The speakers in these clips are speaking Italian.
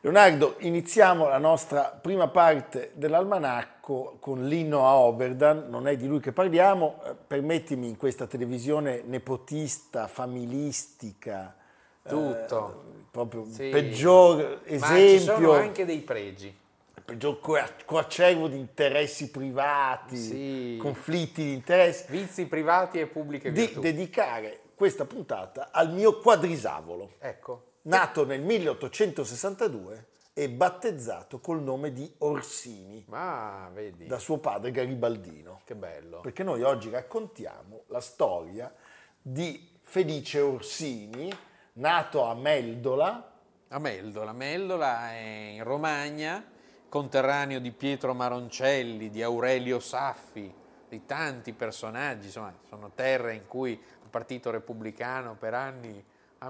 Leonardo, iniziamo la nostra prima parte dell'almanacco con l'inno a Oberdan, non è di lui che parliamo, eh, permettimi in questa televisione nepotista, familistica, Tutto. eh, proprio Sì. peggior Ma ci sono esempio, anche dei pregi. il peggior cua- coacervo di interessi privati, Sì. conflitti di interessi, Vizi privati e pubbliche di virtù. dedicare questa puntata al mio quadrisavolo Ecco. nato nel 1862 e battezzato col nome di Orsini Ma vedi, da suo padre Garibaldino, che bello. perché noi oggi raccontiamo la storia di Felice Orsini, nato a Meldola, A Meldola. Meldola è in Romagna, conterraneo di Pietro Maroncelli, di Aurelio Saffi, di tanti personaggi, insomma, sono terre in cui il Partito Repubblicano per anni ha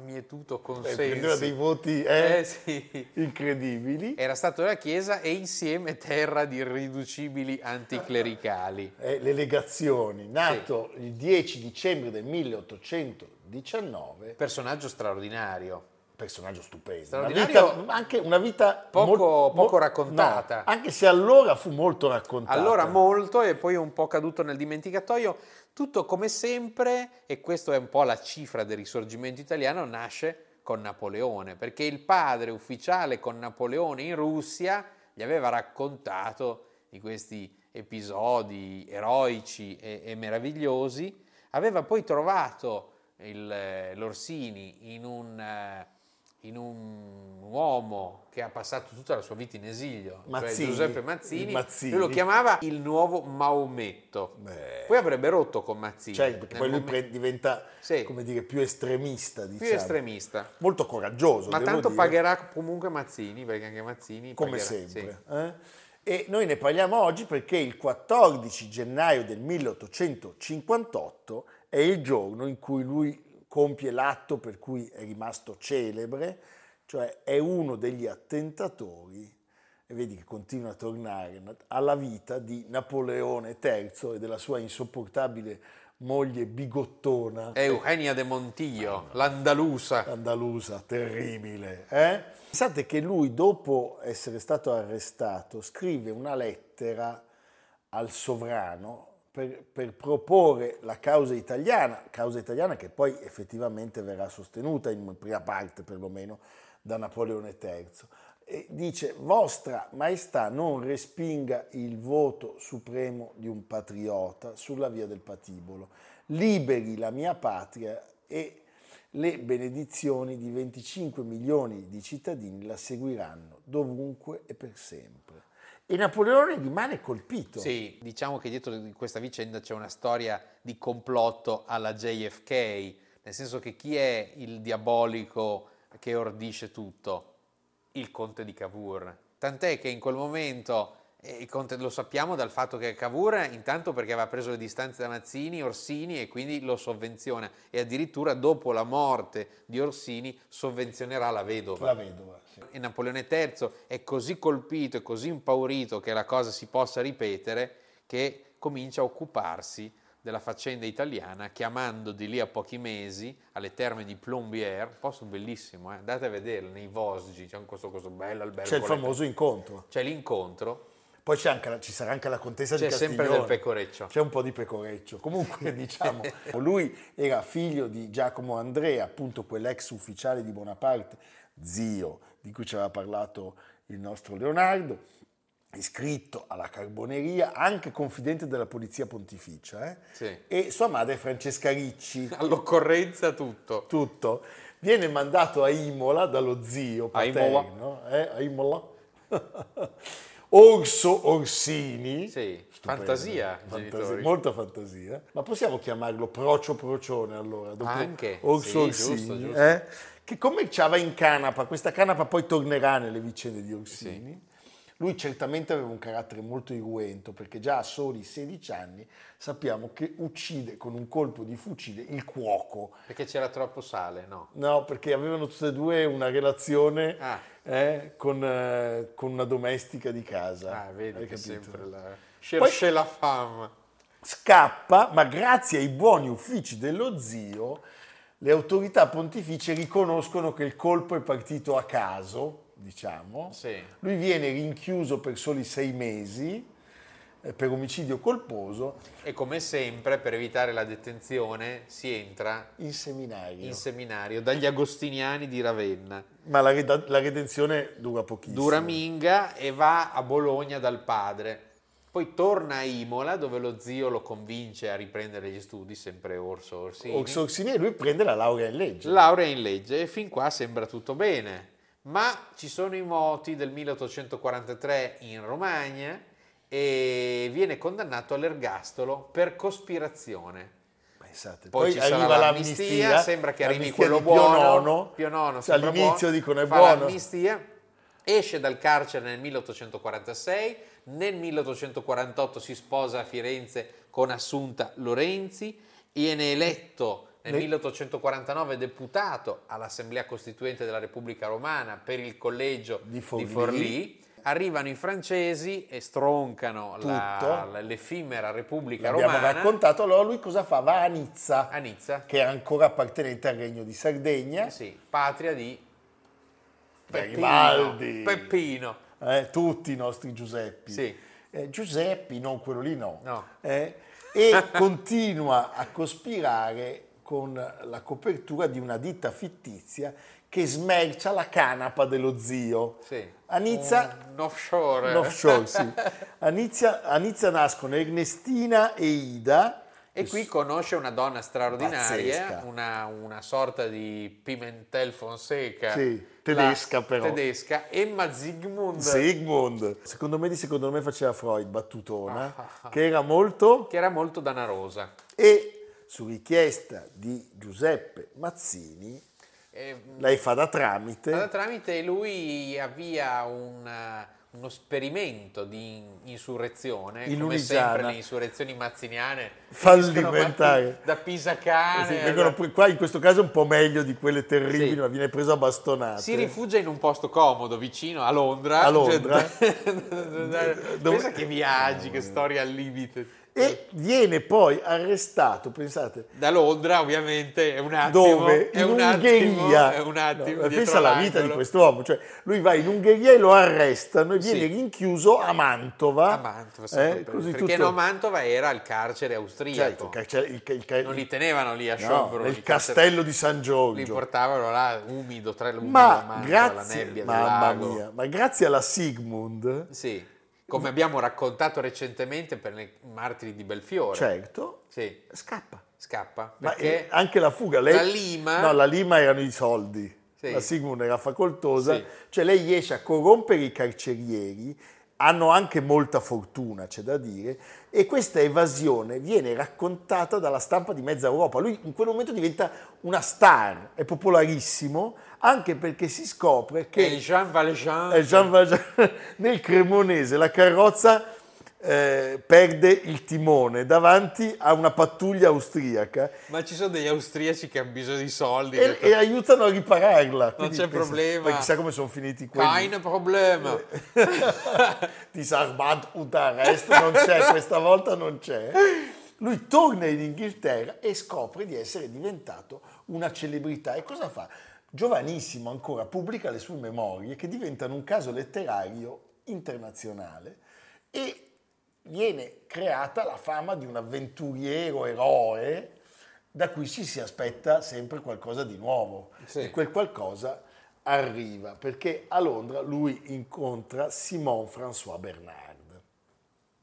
e mietuto Eh, prendeva dei consensi. voti eh, Eh, sì. incredibili, Era stato della Chiesa e insieme terra di irriducibili anticlericali. Eh, le legazioni, nato il 10 dicembre del 1819, Personaggio straordinario. personaggio stupendo, una Straordinario. vita- anche una vita Poco- mol- poco mol- raccontata. no, anche se allora fu molto raccontata. Allora molto e poi un po' caduto nel dimenticatoio. Tutto come sempre, e questa è un po' la cifra del risorgimento italiano, nasce con Napoleone, perché il padre ufficiale con Napoleone in Russia gli aveva raccontato di questi episodi eroici e, e meravigliosi, aveva poi trovato il, eh, l'Orsini in un, eh, in un uomo che ha passato tutta la sua vita in esilio, Mazzini. cioè Giuseppe Mazzini, Il Mazzini. lui lo chiamava il nuovo Maometto. Beh. Poi avrebbe rotto con Mazzini. Eh, Cioè, perché nel poi lui momento- pre- diventa Sì. come dire, più estremista, diciamo. più estremista. Molto coraggioso, Ma devo tanto dire, pagherà comunque Mazzini, perché anche Mazzini... come pagherà- sempre. sì. eh? E noi ne parliamo oggi perché il 14 gennaio del 1858 è il giorno in cui lui compie l'atto per cui è rimasto celebre, cioè è uno degli attentatori, e vedi che continua a tornare, alla vita di Napoleone III e della sua insopportabile moglie bigottona. È Eugenia de Montillo, l'andalusa. andalusa, terribile. eh? Pensate che lui, dopo essere stato arrestato, scrive una lettera al sovrano per, per proporre la causa italiana, causa italiana che poi effettivamente verrà sostenuta in prima parte perlomeno da Napoleone III. E dice, vostra maestà non respinga il voto supremo di un patriota sulla via del patibolo, liberi la mia patria e le benedizioni di 25 milioni di cittadini la seguiranno dovunque e per sempre. E Napoleone rimane colpito. Sì, diciamo che dietro di questa vicenda c'è una storia di complotto alla JFK, nel senso che chi è il diabolico che ordisce tutto? Il conte di Cavour. Tant'è che in quel momento, eh, il conte- lo sappiamo dal fatto che Cavour, intanto perché aveva preso le distanze da Mazzini, Orsini e quindi lo sovvenziona e addirittura dopo la morte di Orsini sovvenzionerà la vedova. La vedova. sì. e Napoleone III è così colpito e così impaurito che la cosa si possa ripetere che comincia a occuparsi della faccenda italiana, chiamando di lì a pochi mesi alle terme di Plombier, posto bellissimo, eh? andate a vedere nei Vosgi, c'è un coso coso bello, albergo C'è il le- famoso incontro. c'è l'incontro, Poi c'è anche la- ci sarà anche la contessa c'è di sempre Castiglione. del pecoreccio. C'è un po' di pecoreccio. Comunque, diciamo, lui era figlio di Giacomo Andrea, appunto quell'ex ufficiale di Bonaparte, zio di cui ci aveva parlato il nostro Leonardo, iscritto alla Carboneria, anche confidente della Polizia Pontificia. eh. Sì. E sua madre è Francesca Ricci. All'occorrenza tutto. Tutto. Viene mandato a Imola dallo zio A Imola. paterno, eh, a Imola. Orso Orsini. Sì, Stupendo. fantasia, Fantasia, genitori. molta fantasia. Ma possiamo chiamarlo Procio Procione allora? Dopo Anche, sì, Orso giusto, Orsini, giusto. eh? che commerciava in canapa, questa canapa poi tornerà nelle vicende di Orsini. Lui certamente aveva un carattere molto irruento perché già a soli 16 anni sappiamo che uccide con un colpo di fucile il cuoco. Perché c'era troppo sale, no? No, perché avevano tutte e due una relazione Ah. eh, con, eh, con una domestica di casa. Ah, vedi Hai che è capito? sempre la... Cherchez la femme. Scappa, ma grazie ai buoni uffici dello zio, le autorità pontificie riconoscono che il colpo è partito a caso, diciamo. Sì. Lui viene rinchiuso per soli sei mesi eh, per omicidio colposo E come sempre, per evitare la detenzione, si entra in seminario. in seminario dagli agostiniani di Ravenna. ma la, reda- la redenzione dura pochissimo. Duraminga e va a Bologna dal padre. Poi torna a Imola dove lo zio lo convince a riprendere gli studi, sempre Orso Orsini. Orso Orsini e lui prende la laurea in legge. Laurea in legge e fin qua sembra tutto bene, ma ci sono i moti del 1843 in Romagna e viene condannato all'ergastolo per cospirazione. Pensate, poi, Poi ci sarà arriva l'amnistia, l'amnistia, sembra che arrivi l'amnistia quello di buono, Pio IX, Pio IX, cioè, sembra all'inizio buono, dicono è fa buono, l'amnistia, esce dal carcere nel 1846, nel 1848 si sposa a Firenze con Assunta Lorenzi, viene eletto nel Ne- 1849 deputato all'Assemblea Costituente della Repubblica Romana per il collegio Di di Forlì. Forlì. Arrivano i francesi e stroncano la- Tutto. la- l'effimera Repubblica l'abbiamo Romana raccontato, allora lui cosa fa? Va a Nizza, a Nizza. che era ancora appartenente al regno di Sardegna, Eh sì, patria di Garibaldi, Peppino. eh, tutti i nostri Giuseppi. Sì. Eh, Giuseppi, non quello lì no. No. Eh, e continua a cospirare con la copertura di una ditta fittizia che smercia la canapa dello zio. Sì. A Nizza Un offshore. Un offshore, sì. A Nizza, a Nizza nascono Ernestina e Ida. E qui conosce una donna straordinaria, Pazzesca. una, una sorta di Pimentel Fonseca. Sì, tedesca la- però. Tedesca, Emma Zygmunt, Sigmund. Secondo me, di secondo me faceva Freud, battutona, Ah, ah, ah. che era molto... che era molto danarosa. E su richiesta di Giuseppe Mazzini, E, lei fa da Allora, tramite, Eh tramite lui avvia un, uh, uno sperimento di in- insurrezione, In come Lunigiana. sempre le insurrezioni mazziniane Fallimentari. finiscono Da Pisacane. Sì, vengono pre- qua in questo caso è un po' meglio di quelle terribili, Sì. ma viene preso a bastonate. Si rifugia in un posto comodo vicino a Londra. A Londra. Cioè, Pensa che viaggi, che storie al limite. E viene poi arrestato, pensate, Da Londra, ovviamente, è un attimo. dove? È in un Ungheria. Attimo, è un attimo. No, dietro pensa alla vita di l'angolo. quest'uomo. Cioè, lui va in Ungheria e lo arrestano e Sì. viene rinchiuso a Mantova. A Mantova, Eh, sempre per- così perché tutto- no, Mantova era il carcere austriaco. Certo, il carcere- il ca- il ca- non li tenevano lì a no, sciopero. nel li castello di San caccia- Li Giorgio. portavano là umido, tra l'umido, Ma la manca, la grazie, nebbia mamma del lago. mia, ma grazie alla Sigmund, Sì, come abbiamo raccontato recentemente per i martiri di Belfiore. certo, Sì, scappa. scappa. Ma Perché eh, anche la fuga, lei, la Lima- no, la Lima erano i soldi, Sì. la Sigmund era facoltosa, Sì. cioè lei riesce a corrompere i carcerieri, hanno anche molta fortuna, c'è da dire, e questa evasione viene raccontata dalla stampa di mezza Europa. Lui in quel momento diventa una star, è popolarissimo, anche perché si scopre che... che il Jean Valjean... Eh, Jean Valjean, nel Cremonese la carrozza eh, perde il timone davanti a una pattuglia austriaca Ma ci sono degli austriaci che hanno bisogno di soldi. e, e aiutano a ripararla. Quindi Esatto. c'è problema. poi Chissà come sono finiti quelli. Kein problema. Disarmand und arrest non c'è, questa volta non c'è. Lui torna in Inghilterra e scopre di essere diventato una celebrità. E cosa fa? Giovanissimo ancora pubblica le sue memorie che diventano un caso letterario internazionale e viene creata la fama di un avventuriero eroe da cui ci si aspetta sempre qualcosa di nuovo Sì. e quel qualcosa arriva perché a Londra lui incontra Simon François Bernard.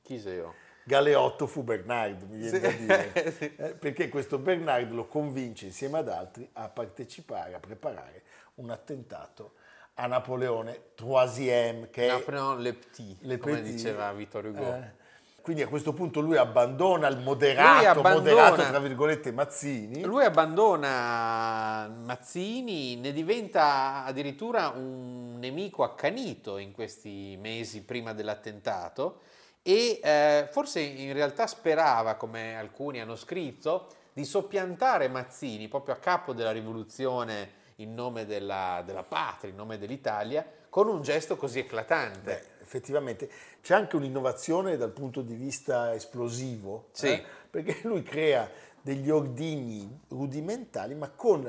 Chi sei io? Galeotto fu Bernard, mi viene Sì. da dire, Sì. Eh, perché questo Bernard lo convince insieme ad altri a partecipare, a preparare un attentato a Napoleone Troisième, che è Napoleon Le Petit, Eh, le come petit- diceva Vittorio Hugo. eh. Quindi a questo punto lui abbandona il moderato, Lui abbandona- moderato tra virgolette Mazzini, Lui abbandona Mazzini, ne diventa addirittura un nemico accanito in questi mesi prima dell'attentato e eh, forse in realtà sperava, come alcuni hanno scritto, di soppiantare Mazzini proprio a capo della rivoluzione in nome della, della patria, in nome dell'Italia, con un gesto così eclatante. Beh, effettivamente c'è anche un'innovazione dal punto di vista esplosivo, eh, Sì. perché lui crea degli ordigni rudimentali ma con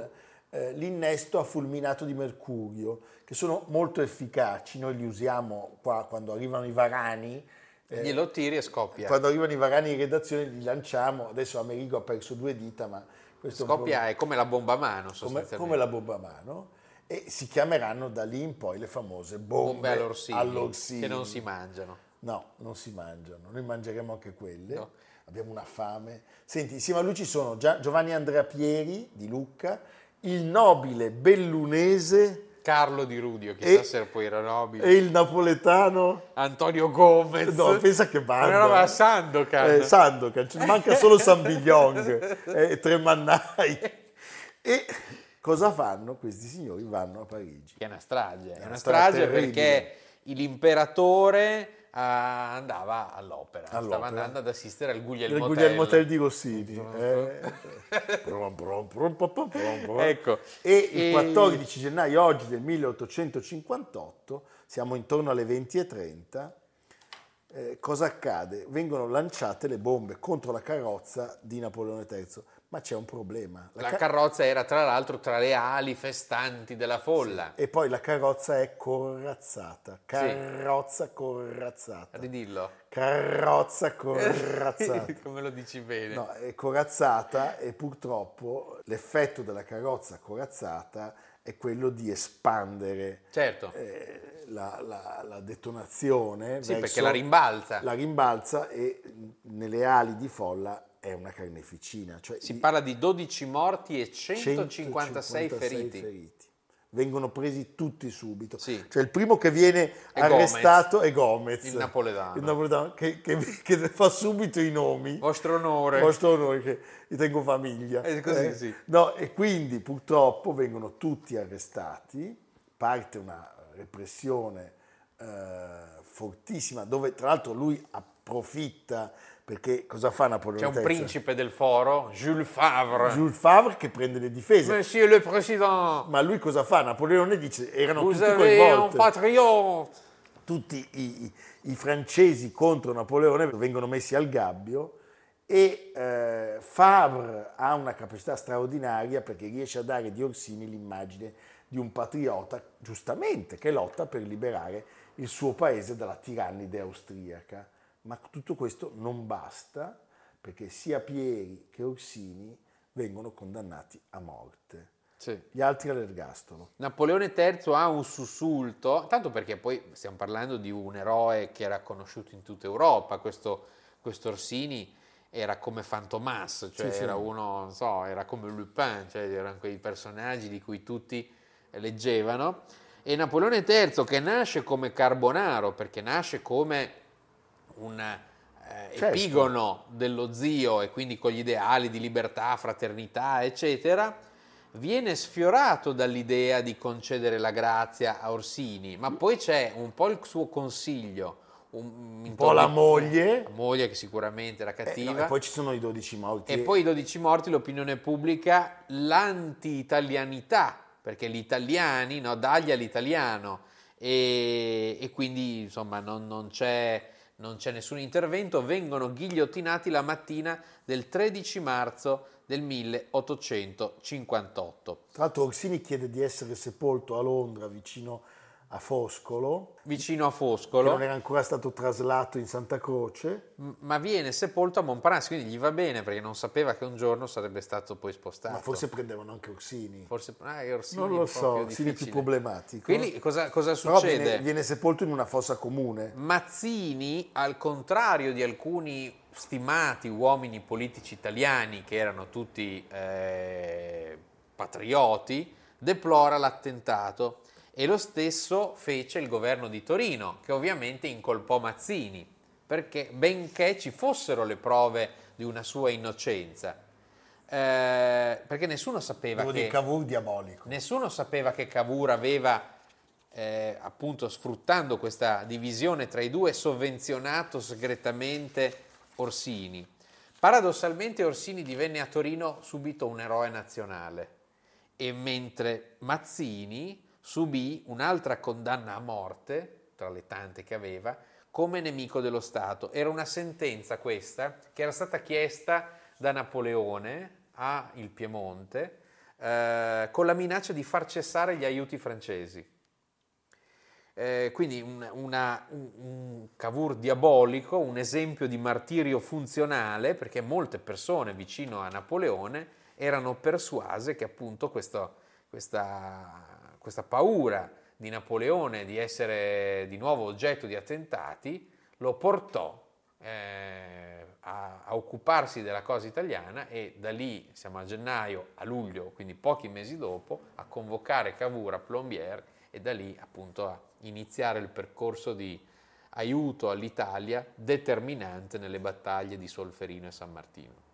eh, l'innesto a fulminato di mercurio, che sono molto efficaci, noi li usiamo qua quando arrivano i varani. eh, Glielo tiri e scoppia. quando arrivano i varani in redazione li lanciamo, adesso Amerigo ha perso due dita, ma questo è un problema Scoppia è come la bomba a mano, come, sostanzialmente. come la bomba a mano e si chiameranno da lì in poi le famose bombe, bombe all'orsini, all'orsini. che non si mangiano. No, non si mangiano, noi mangeremo anche quelle. No. Abbiamo una fame. Senti, insieme a lui ci sono Gia- Giovanni Andrea Pieri di Lucca, il nobile bellunese Carlo Di Rudio, chissà e, se poi era nobile. e il napoletano. Antonio Gomez. No, pensa che banda. Una roba a Sandokan. Eh, Sandokan, ci manca solo San Bigliong eh, e Tremannai. E cosa fanno? Questi signori vanno a Parigi. Che è una strage. È una una strage strage terribile. perché l'imperatore ah, andava all'opera. Stava All'opera. andando ad assistere al Il Guglielmo Guglielmo Tell Tell. di Rossini. eh. Brum, brum, brum, brum, brum, brum. Ecco. E il E- 14 gennaio oggi del 1858, siamo intorno alle 20.30, eh, cosa accade? Vengono lanciate le bombe contro la carrozza di Napoleone III, ma c'è un problema. La La ca- carrozza era tra l'altro tra le ali festanti della folla. e poi la carrozza è corazzata, carrozza corazzata, Ridillo. carrozza corazzata. Come lo dici bene. No, è corazzata e purtroppo l'effetto della carrozza corazzata è quello di espandere Certo. eh, la, la- la detonazione. sì, verso perché la rimbalza. la rimbalza e nelle ali di folla è una carneficina. Cioè Si i- parla di 12 morti e 156, feriti. Vengono presi tutti subito. Sì. Cioè il primo che viene È arrestato è Gomez. Il napoletano. Il napoletano che, che- che fa subito i nomi. Vostro onore. Posto noi che gli tengo famiglia. Eh, così, sì. No, e quindi purtroppo vengono tutti arrestati, parte una repressione eh, fortissima, dove tra l'altro lui approfitta, perché cosa fa Napoleone C'è III? un principe eh. del foro, Jules Favre. Jules Favre che prende le difese. Monsieur le Président, Ma lui cosa fa? Napoleone dice, erano vous tutti avez un coinvolti, patriote. tutti i, i- i francesi contro Napoleone vengono messi al gabbio e eh, Favre ha una capacità straordinaria perché riesce a dare di Orsini l'immagine di un patriota, giustamente, che lotta per liberare il suo paese dalla tirannide austriaca. Ma tutto questo non basta perché sia Pieri che Orsini vengono condannati a morte, gli altri all'ergastolo. Napoleone III ha un sussulto, tanto perché poi stiamo parlando di un eroe che era conosciuto in tutta Europa, questo, questo Orsini era come Fantomas, cioè Sì, sì. era uno, non so, era come Lupin, cioè erano quei personaggi di cui tutti leggevano. E Napoleone III che nasce come Carbonaro, perché nasce come un eh, Certo. epigono dello zio e quindi con gli ideali di libertà, fraternità, eccetera, viene sfiorato dall'idea di concedere la grazia a Orsini, ma poi c'è un po' il suo consiglio, un, Un po' la moglie. la moglie che sicuramente era Eh, no, cattiva. e poi ci sono i 12 morti. E poi i 12 morti, l'opinione pubblica, l'anti-italianità, perché gli italiani, no, dagli all'italiano, e, e quindi insomma non, non c'è non c'è nessun intervento, vengono ghigliottinati la mattina del 13 marzo del 1858. Tra l'altro Orsini chiede di essere sepolto a Londra, vicino a Foscolo, Vicino a che non Foscolo, era ancora stato traslato in Santa Croce. m- ma viene sepolto a Montparnasse, quindi gli va bene perché non sapeva che un giorno sarebbe stato poi spostato. Ma forse prendevano anche Orsini. Forse- ah, è Certo. Orsini non un lo po' so, più Orsini è più difficile. problematico. Quindi cosa, cosa Però succede? viene, viene sepolto in una fossa comune. Mazzini, al contrario di alcuni stimati uomini politici italiani che erano tutti eh, patrioti, deplora l'attentato e lo stesso fece il governo di Torino, che ovviamente incolpò Mazzini, perché benché ci fossero le prove di una sua innocenza, eh, perché nessuno sapeva Devo che... dire Cavour diabolico. Nessuno sapeva che Cavour aveva, eh, appunto sfruttando questa divisione tra i due, sovvenzionato segretamente Orsini. Paradossalmente Orsini divenne a Torino subito un eroe nazionale e mentre Mazzini subì un'altra condanna a morte, tra le tante che aveva, come nemico dello Stato. Era una sentenza questa che era stata chiesta da Napoleone a il Piemonte eh, con la minaccia di far cessare gli aiuti francesi. Eh, quindi un, una- un- un Cavour diabolico, un esempio di martirio funzionale, perché molte persone vicino a Napoleone erano persuase che appunto questo- questa, questa paura di Napoleone di essere di nuovo oggetto di attentati lo portò eh, a, a occuparsi della cosa italiana e da lì siamo a gennaio, a luglio, quindi pochi mesi dopo, a convocare Cavour a Plombier e da lì appunto a iniziare il percorso di aiuto all'Italia determinante nelle battaglie di Solferino e San Martino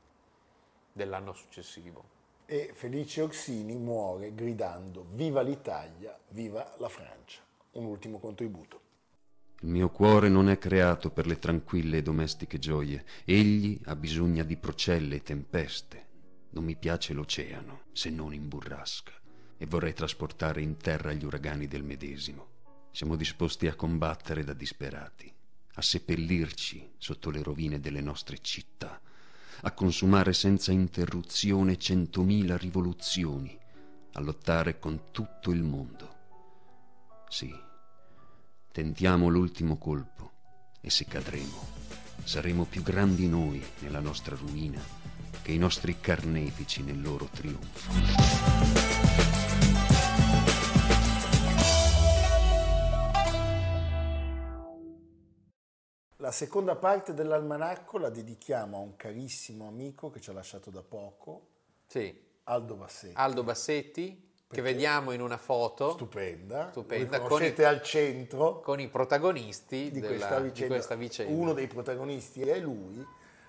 dell'anno successivo. E Felice Orsini muore gridando Viva l'Italia, viva la Francia. Un ultimo contributo. Il mio cuore non è creato per le tranquille e domestiche gioie. Egli ha bisogno di procelle e tempeste. Non mi piace l'oceano, se non in burrasca, e vorrei trasportare in terra gli uragani del medesimo. Siamo disposti a combattere da disperati, a seppellirci sotto le rovine delle nostre città, a consumare senza interruzione centomila rivoluzioni, a lottare con tutto il mondo. Sì, Tentiamo l'ultimo colpo e se cadremo saremo più grandi noi nella nostra ruina che i nostri carnefici nel loro trionfo. La seconda parte dell'almanacco la dedichiamo a un carissimo amico che ci ha lasciato da poco, Sì, Aldo Bassetti. Aldo Bassetti, che vediamo in una foto Stupenda. Stupenda, Lo con conoscete i- al centro con i protagonisti di, della- questa vicenda. questa vicenda. Uno dei protagonisti è lui.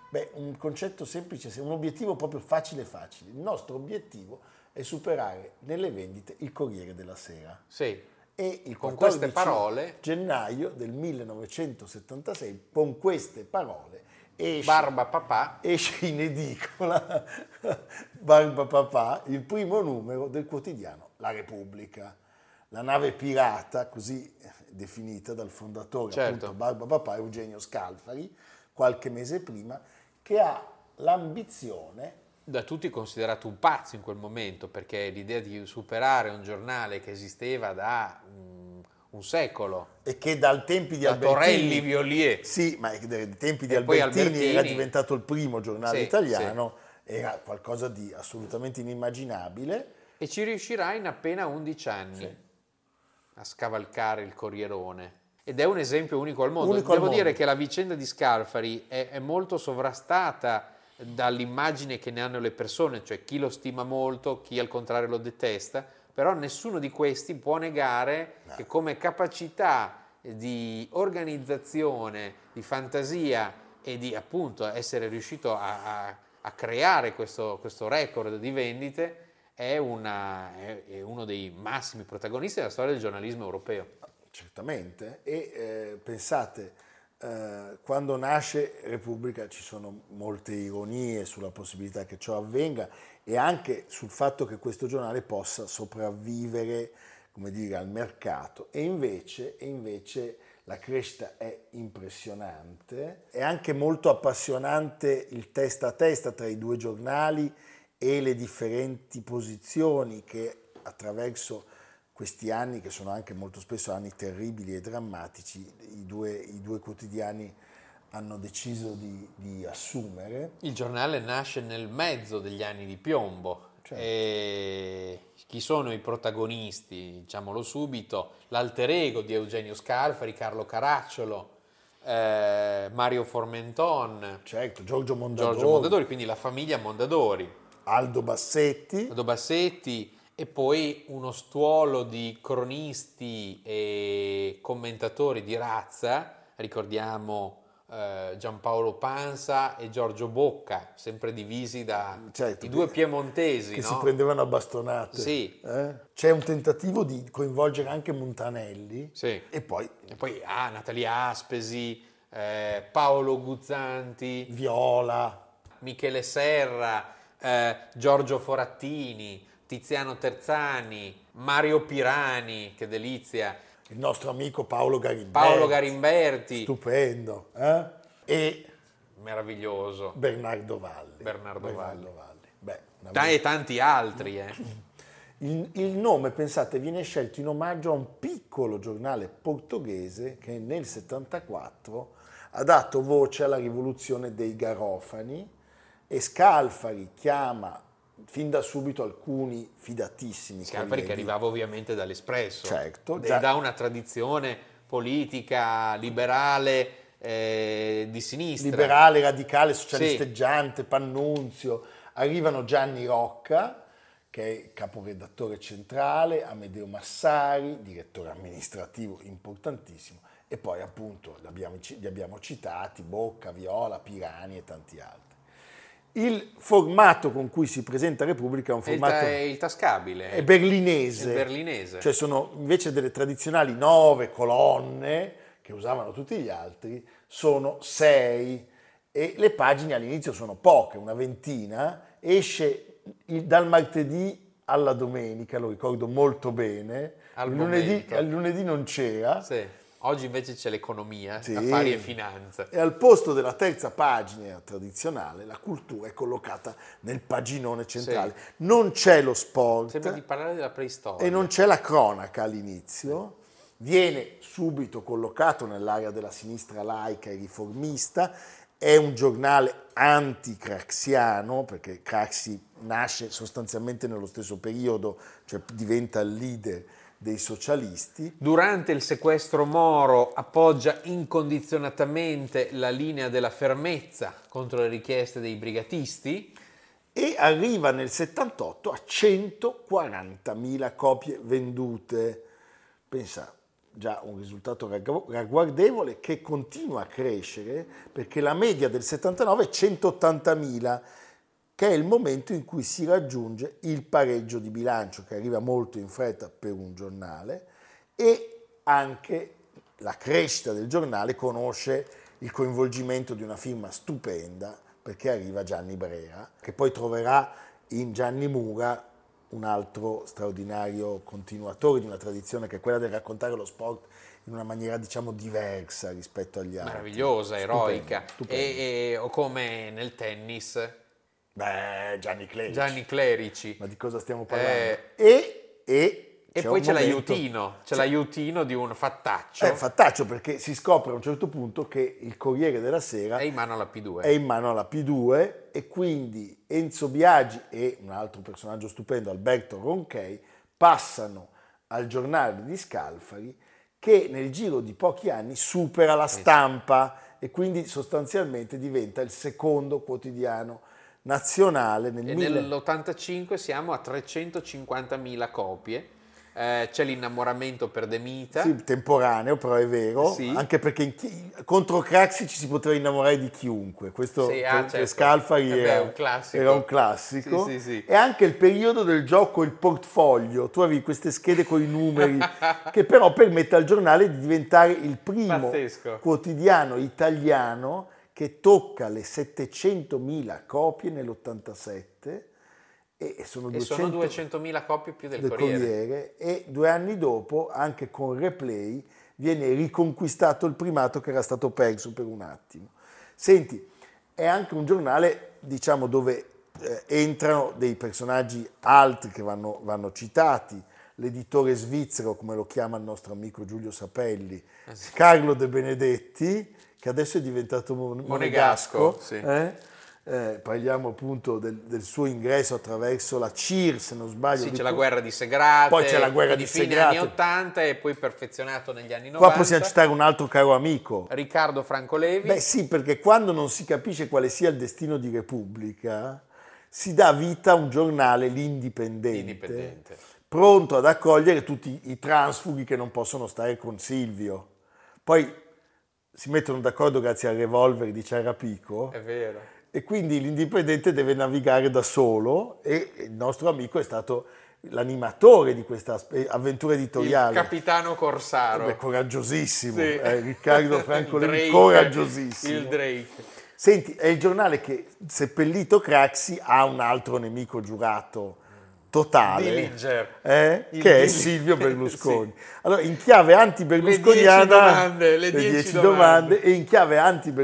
Beh, un concetto semplice, se- un obiettivo proprio facile facile. Il nostro obiettivo è superare nelle vendite il Corriere della Sera. Sì, E il Con 14 queste parole- gennaio del 1976, con queste parole, esce, Barba Papà, esce in edicola Barba Papà, il primo numero del quotidiano La Repubblica. La nave pirata, così eh, definita dal fondatore Certo. appunto Barba Papà, Eugenio Scalfari, qualche mese prima, che ha l'ambizione da tutti considerato un pazzo in quel momento, perché l'idea di superare un giornale che esisteva da mm, un secolo, e che dal tempi di da Torelli, Albertini Violier, Sì, ma dai tempi di E poi Albertini, Albertini. era diventato il primo giornale Sì, italiano, era qualcosa di assolutamente inimmaginabile. e ci riuscirà in appena 11 anni a scavalcare il Corrierone. Ed è un esempio unico al mondo. Unico al Devo mondo. dire che la vicenda di Scarfari è, è molto sovrastata dall'immagine che ne hanno le persone, cioè chi lo stima molto, chi al contrario lo detesta, però nessuno di questi può negare che come capacità di organizzazione, di fantasia e di appunto essere riuscito a, a- a creare questo, questo record di vendite è, una- è- è uno dei massimi protagonisti della storia del giornalismo europeo. Certamente, e eh, pensate, eh, quando nasce Repubblica ci sono molte ironie sulla possibilità che ciò avvenga e anche sul fatto che questo giornale possa sopravvivere, come dire, al mercato. E invece, e invece La crescita è impressionante, è anche molto appassionante il testa a testa tra i due giornali e le differenti posizioni che attraverso questi anni, che sono anche molto spesso anni terribili e drammatici, i due, i due quotidiani hanno deciso di, di assumere. Il giornale nasce nel mezzo degli anni di piombo. Certo. E chi sono i protagonisti? Diciamolo subito: l'alter ego di Eugenio Scarfari, Carlo Caracciolo, eh, Mario Formenton, Certo, Giorgio Mondadori, Giorgio Mondadori, quindi la famiglia Mondadori. Aldo Bassetti, Aldo Bassetti e poi uno stuolo di cronisti e commentatori di razza, ricordiamo eh, Giampaolo Pansa e Giorgio Bocca, sempre divisi da Certo, i due piemontesi, che no? si prendevano a bastonate. Sì. Eh? C'è un tentativo di coinvolgere anche Montanelli Sì. e poi E poi ah, Natalia Aspesi, eh, Paolo Guzzanti, Viola. Michele Serra, eh, Giorgio Forattini, Tiziano Terzani, Mario Pirani, che delizia, il nostro amico Paolo Garimberti. Paolo Garimberti, Stupendo. eh? E meraviglioso, Bernardo Valli. Bernardo Valli. Beh, una Ta- e tanti altri. eh. Il, il nome, pensate, viene scelto in omaggio a un piccolo giornale portoghese che nel 74 ha dato voce alla rivoluzione dei garofani e Scalfari chiama fin da subito alcuni fidatissimi Scalfari che colleghi. arrivava ovviamente dall'Espresso, Certo, de- già. da una tradizione politica liberale eh, di sinistra. liberale, radicale, socialisteggiante, Pannunzio. Arrivano Gianni Rocca, che è il caporedattore centrale, Amedeo Massari, direttore amministrativo importantissimo, e poi appunto li abbiamo, ci- li abbiamo citati, Bocca, Viola, Pirani e tanti altri. Il formato con cui si presenta Repubblica è un È il, ta- formato è il tascabile, è berlinese. È berlinese. Cioè sono invece delle tradizionali nove colonne che usavano tutti gli altri, sono sei e le pagine all'inizio sono poche, una ventina, esce il- dal martedì alla domenica, lo ricordo molto bene, Al il lunedì, momento. al lunedì non c'era, Sì. Oggi invece c'è l'economia, Sì. Esatto. affari e finanza. e al posto della terza pagina tradizionale la cultura è collocata nel paginone centrale. Non c'è lo sport. Sembra di parlare della preistoria. e non c'è la cronaca all'inizio, viene subito collocato nell'area della sinistra laica e riformista, è un giornale anticraxiano, perché Craxi nasce sostanzialmente nello stesso periodo, cioè diventa il leader dei socialisti, Durante il sequestro Moro appoggia incondizionatamente la linea della fermezza contro le richieste dei brigatisti. e arriva nel 78 a 140.000 copie vendute. Pensa, già un risultato raggu- ragguardevole che continua a crescere perché la media del 79 è 180.000, che è il momento in cui si raggiunge il pareggio di bilancio, che arriva molto in fretta per un giornale, e anche la crescita del giornale conosce il coinvolgimento di una firma stupenda perché arriva Gianni Brera, che poi troverà in Gianni Mura un altro straordinario continuatore di una tradizione che è quella del raccontare lo sport in una maniera diciamo diversa rispetto agli altri. Meravigliosa, Certo, Stupendo, eroica. stupendo. E- e- o come nel tennis, Beh, Gianni Clerici. Gianni Clerici. Ma di cosa stiamo parlando? E, e, E c'è poi un momento- c'è l'aiutino, c'è l'aiutino di un fattaccio. È fattaccio perché si scopre a un certo punto che il Corriere della Sera è in mano alla P2. è in mano alla P2 e quindi Enzo Biagi e un altro personaggio stupendo, Alberto Ronchei, passano al giornale di Scalfari che nel giro di pochi anni supera la stampa e quindi sostanzialmente diventa il secondo quotidiano nazionale nel E 1000 nell'85 siamo a 350.000 copie. Eh, c'è l'innamoramento per Demita. Sì, temporaneo, però è vero, Sì. anche perché in chi- contro Craxi ci si poteva innamorare di chiunque, questo Sì, per, ah, per certo. Scalfari Eh beh, era, è un classico. era un classico. Sì, sì, sì. e anche il periodo del gioco, il portfolio, tu avevi queste schede con i numeri che però permette al giornale di diventare il primo Pazzesco. quotidiano italiano che tocca le 700.000 copie nell'87 e, e sono E 200 sono 200.000 copie più del, del Corriere. Corriere e due anni dopo anche con Replay viene riconquistato il primato che era stato perso per un attimo. Senti, è anche un giornale, diciamo, dove eh, entrano dei personaggi altri che vanno, vanno citati, l'editore svizzero, come lo chiama il nostro amico Giulio Sapelli, Eh Carlo De Benedetti, che adesso è diventato mon- monegasco, Monegasco, sì. eh? Eh, parliamo appunto del, del suo ingresso attraverso la CIR, se non sbaglio. Sì, di c'è la cui- guerra di Segrate, Poi c'è la guerra di fine Segrate. anni 80 e poi perfezionato negli anni 90. Qua possiamo citare un altro caro amico. Riccardo Franco Levi. Beh sì, perché quando non si capisce quale sia il destino di Repubblica, si dà vita a un giornale, l'Indipendente, L'Indipendente. pronto ad accogliere tutti i transfughi che non possono stare con Silvio. Poi si mettono d'accordo grazie al revolver di Ciarapico È vero. e quindi l'Indipendente deve navigare da solo e il nostro amico è stato l'animatore di questa eh, avventura Il editoriale. capitano Corsaro. Vabbè, coraggiosissimo, Sì. eh, Riccardo Franco Il Levi, Drake, coraggiosissimo. Il Drake. Senti, è il giornale che, seppellito Craxi, ha un altro nemico giurato totale. Dillinger. eh, Il che è Dillinger. Silvio Berlusconi. Allora, in chiave anti-berlusconiana, Le dieci domande, le dieci dieci domande. domande, e in chiave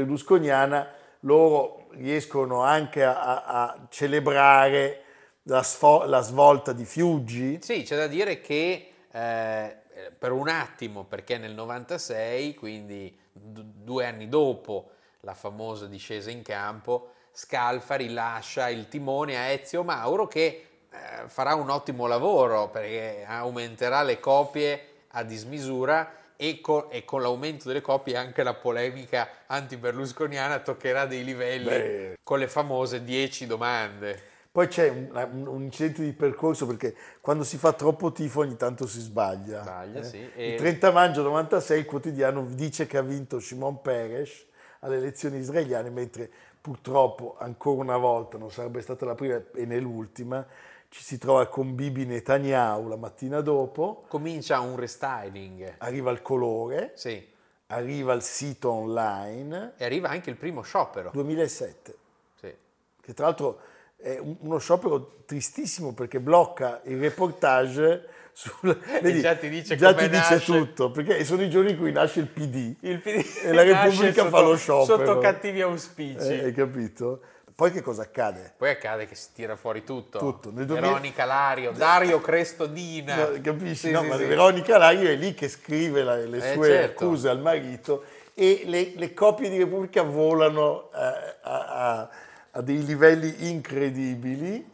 anti-berlusconiana loro riescono anche a, a- a celebrare la, sfo- la svolta di Fiuggi. Sì, c'è da dire che eh, per un attimo, perché nel 96, quindi d- due anni dopo la famosa discesa in campo, Scalfari lascia il timone a Ezio Mauro che eh, farà un ottimo lavoro perché aumenterà le copie a dismisura e co- e con, l'aumento delle copie anche la polemica anti-berlusconiana toccherà dei livelli Beh. con le famose 10 domande. Poi c'è un, un- un incidente di percorso perché quando si fa troppo tifo ogni tanto si sbaglia. Eh? Sbaglia, sì, e- Il 30 maggio 96 il quotidiano dice che ha vinto Shimon Peres alle elezioni israeliane, mentre purtroppo ancora una volta, non sarebbe stata la prima e né l'ultima, ci si trova con Bibi Netanyahu la mattina dopo, Comincia un restyling. arriva il colore, Sì. arriva il sito online, E arriva anche il primo sciopero. 2007. Sì. che tra l'altro è un- uno sciopero tristissimo perché blocca il reportage sul, vedi, già ti dice già come ti dice nasce. tutto, perché sono i giorni in cui nasce il PD Il PD e la nasce Repubblica fa sotto- lo sciopero. sotto cattivi auspici. Eh, hai capito? Poi che cosa accade? Poi accade che si tira fuori tutto. Tutto. Nel 2000 Veronica Lario, Dario Crestodina. No, capisci? Sì, No, sì, ma sì. Veronica Lario è lì che scrive la- le Eh, sue certo. accuse al marito e le, le copie di Repubblica volano eh, a, a- a dei livelli incredibili.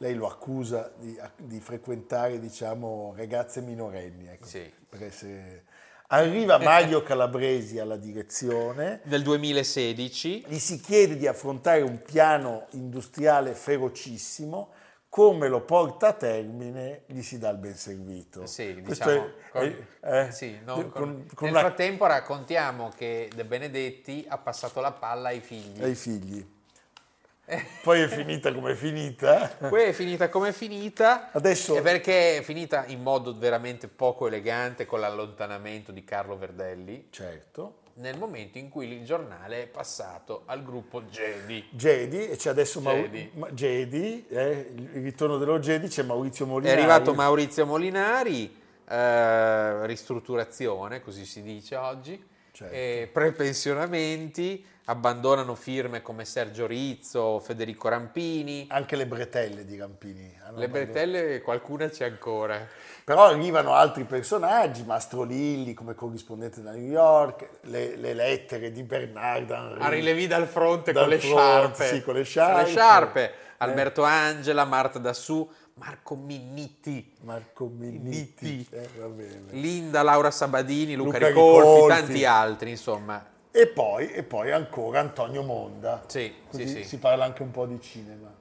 Lei lo accusa di, di frequentare, diciamo, ragazze minorenni. Ecco, Sì. per essere- Arriva Mario Calabresi alla direzione, Nel 2016 gli si chiede di affrontare un piano industriale ferocissimo, come lo porta a termine gli si dà il ben servito. Sì, Questo diciamo, è- con- è- eh, sì, no, con- con- con nel una- frattempo raccontiamo che De Benedetti ha passato la palla ai figli. ai figli. Eh. Poi è finita come è finita. Poi è finita come è finita. Adesso- E perché è finita in modo veramente poco elegante con l'allontanamento di Carlo Verdelli. Certo. nel momento in cui il giornale è passato al gruppo Jedi. Jedi, e c'è adesso Mau- Jedi. Ma- Jedi, eh, il ritorno dello Jedi, c'è Maurizio È Molinari. arrivato Maurizio Molinari, eh, ristrutturazione, così si dice oggi, Certo. eh, prepensionamenti, abbandonano firme come Sergio Rizzo, Federico Rampini, Anche le bretelle di Rampini. hanno le abbandonato. bretelle qualcuna c'è ancora. Però arrivano altri personaggi, Mastro Lilli come corrispondente da New York, le, le lettere di Bernard Henry. A Ah, rilevi dal fronte Dal con le fronte, sciarpe. sì, con le sciarpe. Eh. sciarpe. Alberto Angela, Marta Dassù, Marco Minniti. Marco Minniti. Minniti. eh, va bene. Linda, Laura Sabadini, Luca, Luca Ricolfi, Ricolfi. tanti altri, insomma. E, poi, e poi ancora Antonio Monda. Sì, Così sì, sì. si parla anche un po' di cinema.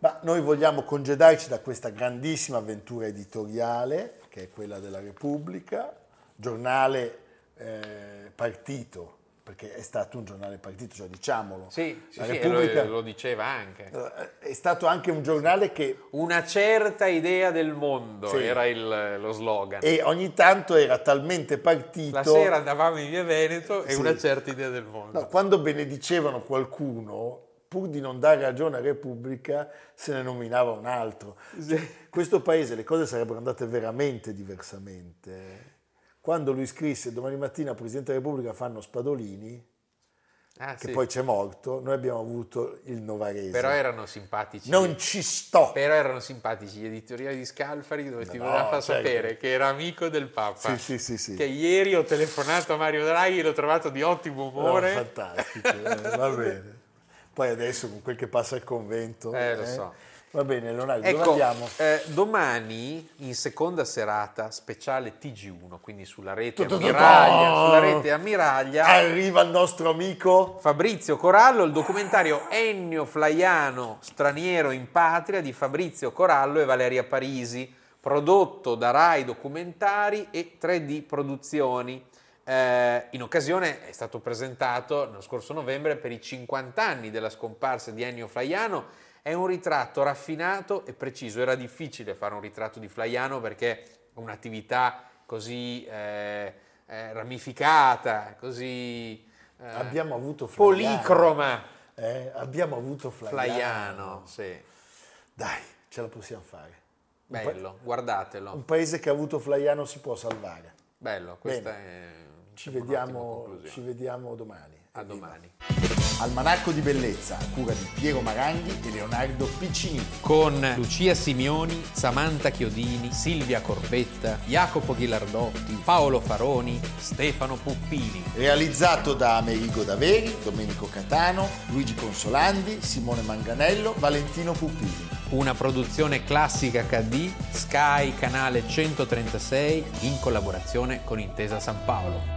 Ma noi vogliamo congedarci da questa grandissima avventura editoriale, che è quella della Repubblica, giornale eh, partito, perché è stato un giornale partito, cioè diciamolo. Sì, sì, La sì, e Repubblica- lo, lo diceva anche. Eh, È stato anche un giornale che Una certa idea del mondo Sì. era il- lo slogan. e ogni tanto era talmente partito. La sera andavamo in via Veneto e Sì. una certa idea del mondo. No, quando benedicevano qualcuno, pur di non dare ragione a Repubblica, se ne nominava un altro. Sì. Questo paese le cose sarebbero andate veramente diversamente. quando lui scrisse domani mattina Presidente della Repubblica fanno Spadolini, Ah, che Eh, sì. poi c'è morto, noi abbiamo avuto il Novarese. Però erano simpatici. non ci sto. Però erano simpatici gli editoriali di Scalfari dove ti No, voleva far certo. sapere che era amico del Papa. Sì, sì, sì, sì. Che ieri ho telefonato a Mario Draghi e l'ho trovato di ottimo umore. No, fantastico, eh, va bene. Poi adesso con quel che passa al convento. Eh, lo so. Va bene, Leonardo, dove Ecco, andiamo? eh, domani in seconda serata speciale TG1, quindi sulla rete Tu, tu, tu, Ammiraglia, tu. sulla rete Ammiraglia, Arriva il nostro amico. Fabrizio Corallo, il documentario Ennio Flaiano, straniero in patria di Fabrizio Corallo e Valeria Parisi, prodotto da Rai Documentari e 3D Produzioni. Eh, in occasione è stato presentato lo scorso novembre per i 50 anni della scomparsa di Ennio Flaiano. È un ritratto raffinato e preciso. Era difficile fare un ritratto di Flaiano perché un'attività così eh, eh, ramificata, così eh, Abbiamo avuto Flaiano. policroma. Eh, abbiamo avuto Flaiano. Flaiano, sì. Dai, ce la possiamo fare. Bello, guardatelo. Un paese che ha avuto Flaiano si può salvare. Bello, questa è Ci un'ottima vediamo, conclusione. ci vediamo domani. A domani. Almanacco di bellezza, a cura di Piero Maranghi e Leonardo Piccini. Con Lucia Simioni, Samantha Chiodini, Silvia Corbetta, Jacopo Ghilardotti, Paolo Faroni, Stefano Puppini. Realizzato da Amerigo Daveri, Domenico Catano, Luigi Consolandi, Simone Manganello, Valentino Pupini. Una produzione classica HD, Sky Canale 136, in collaborazione con Intesa San Paolo.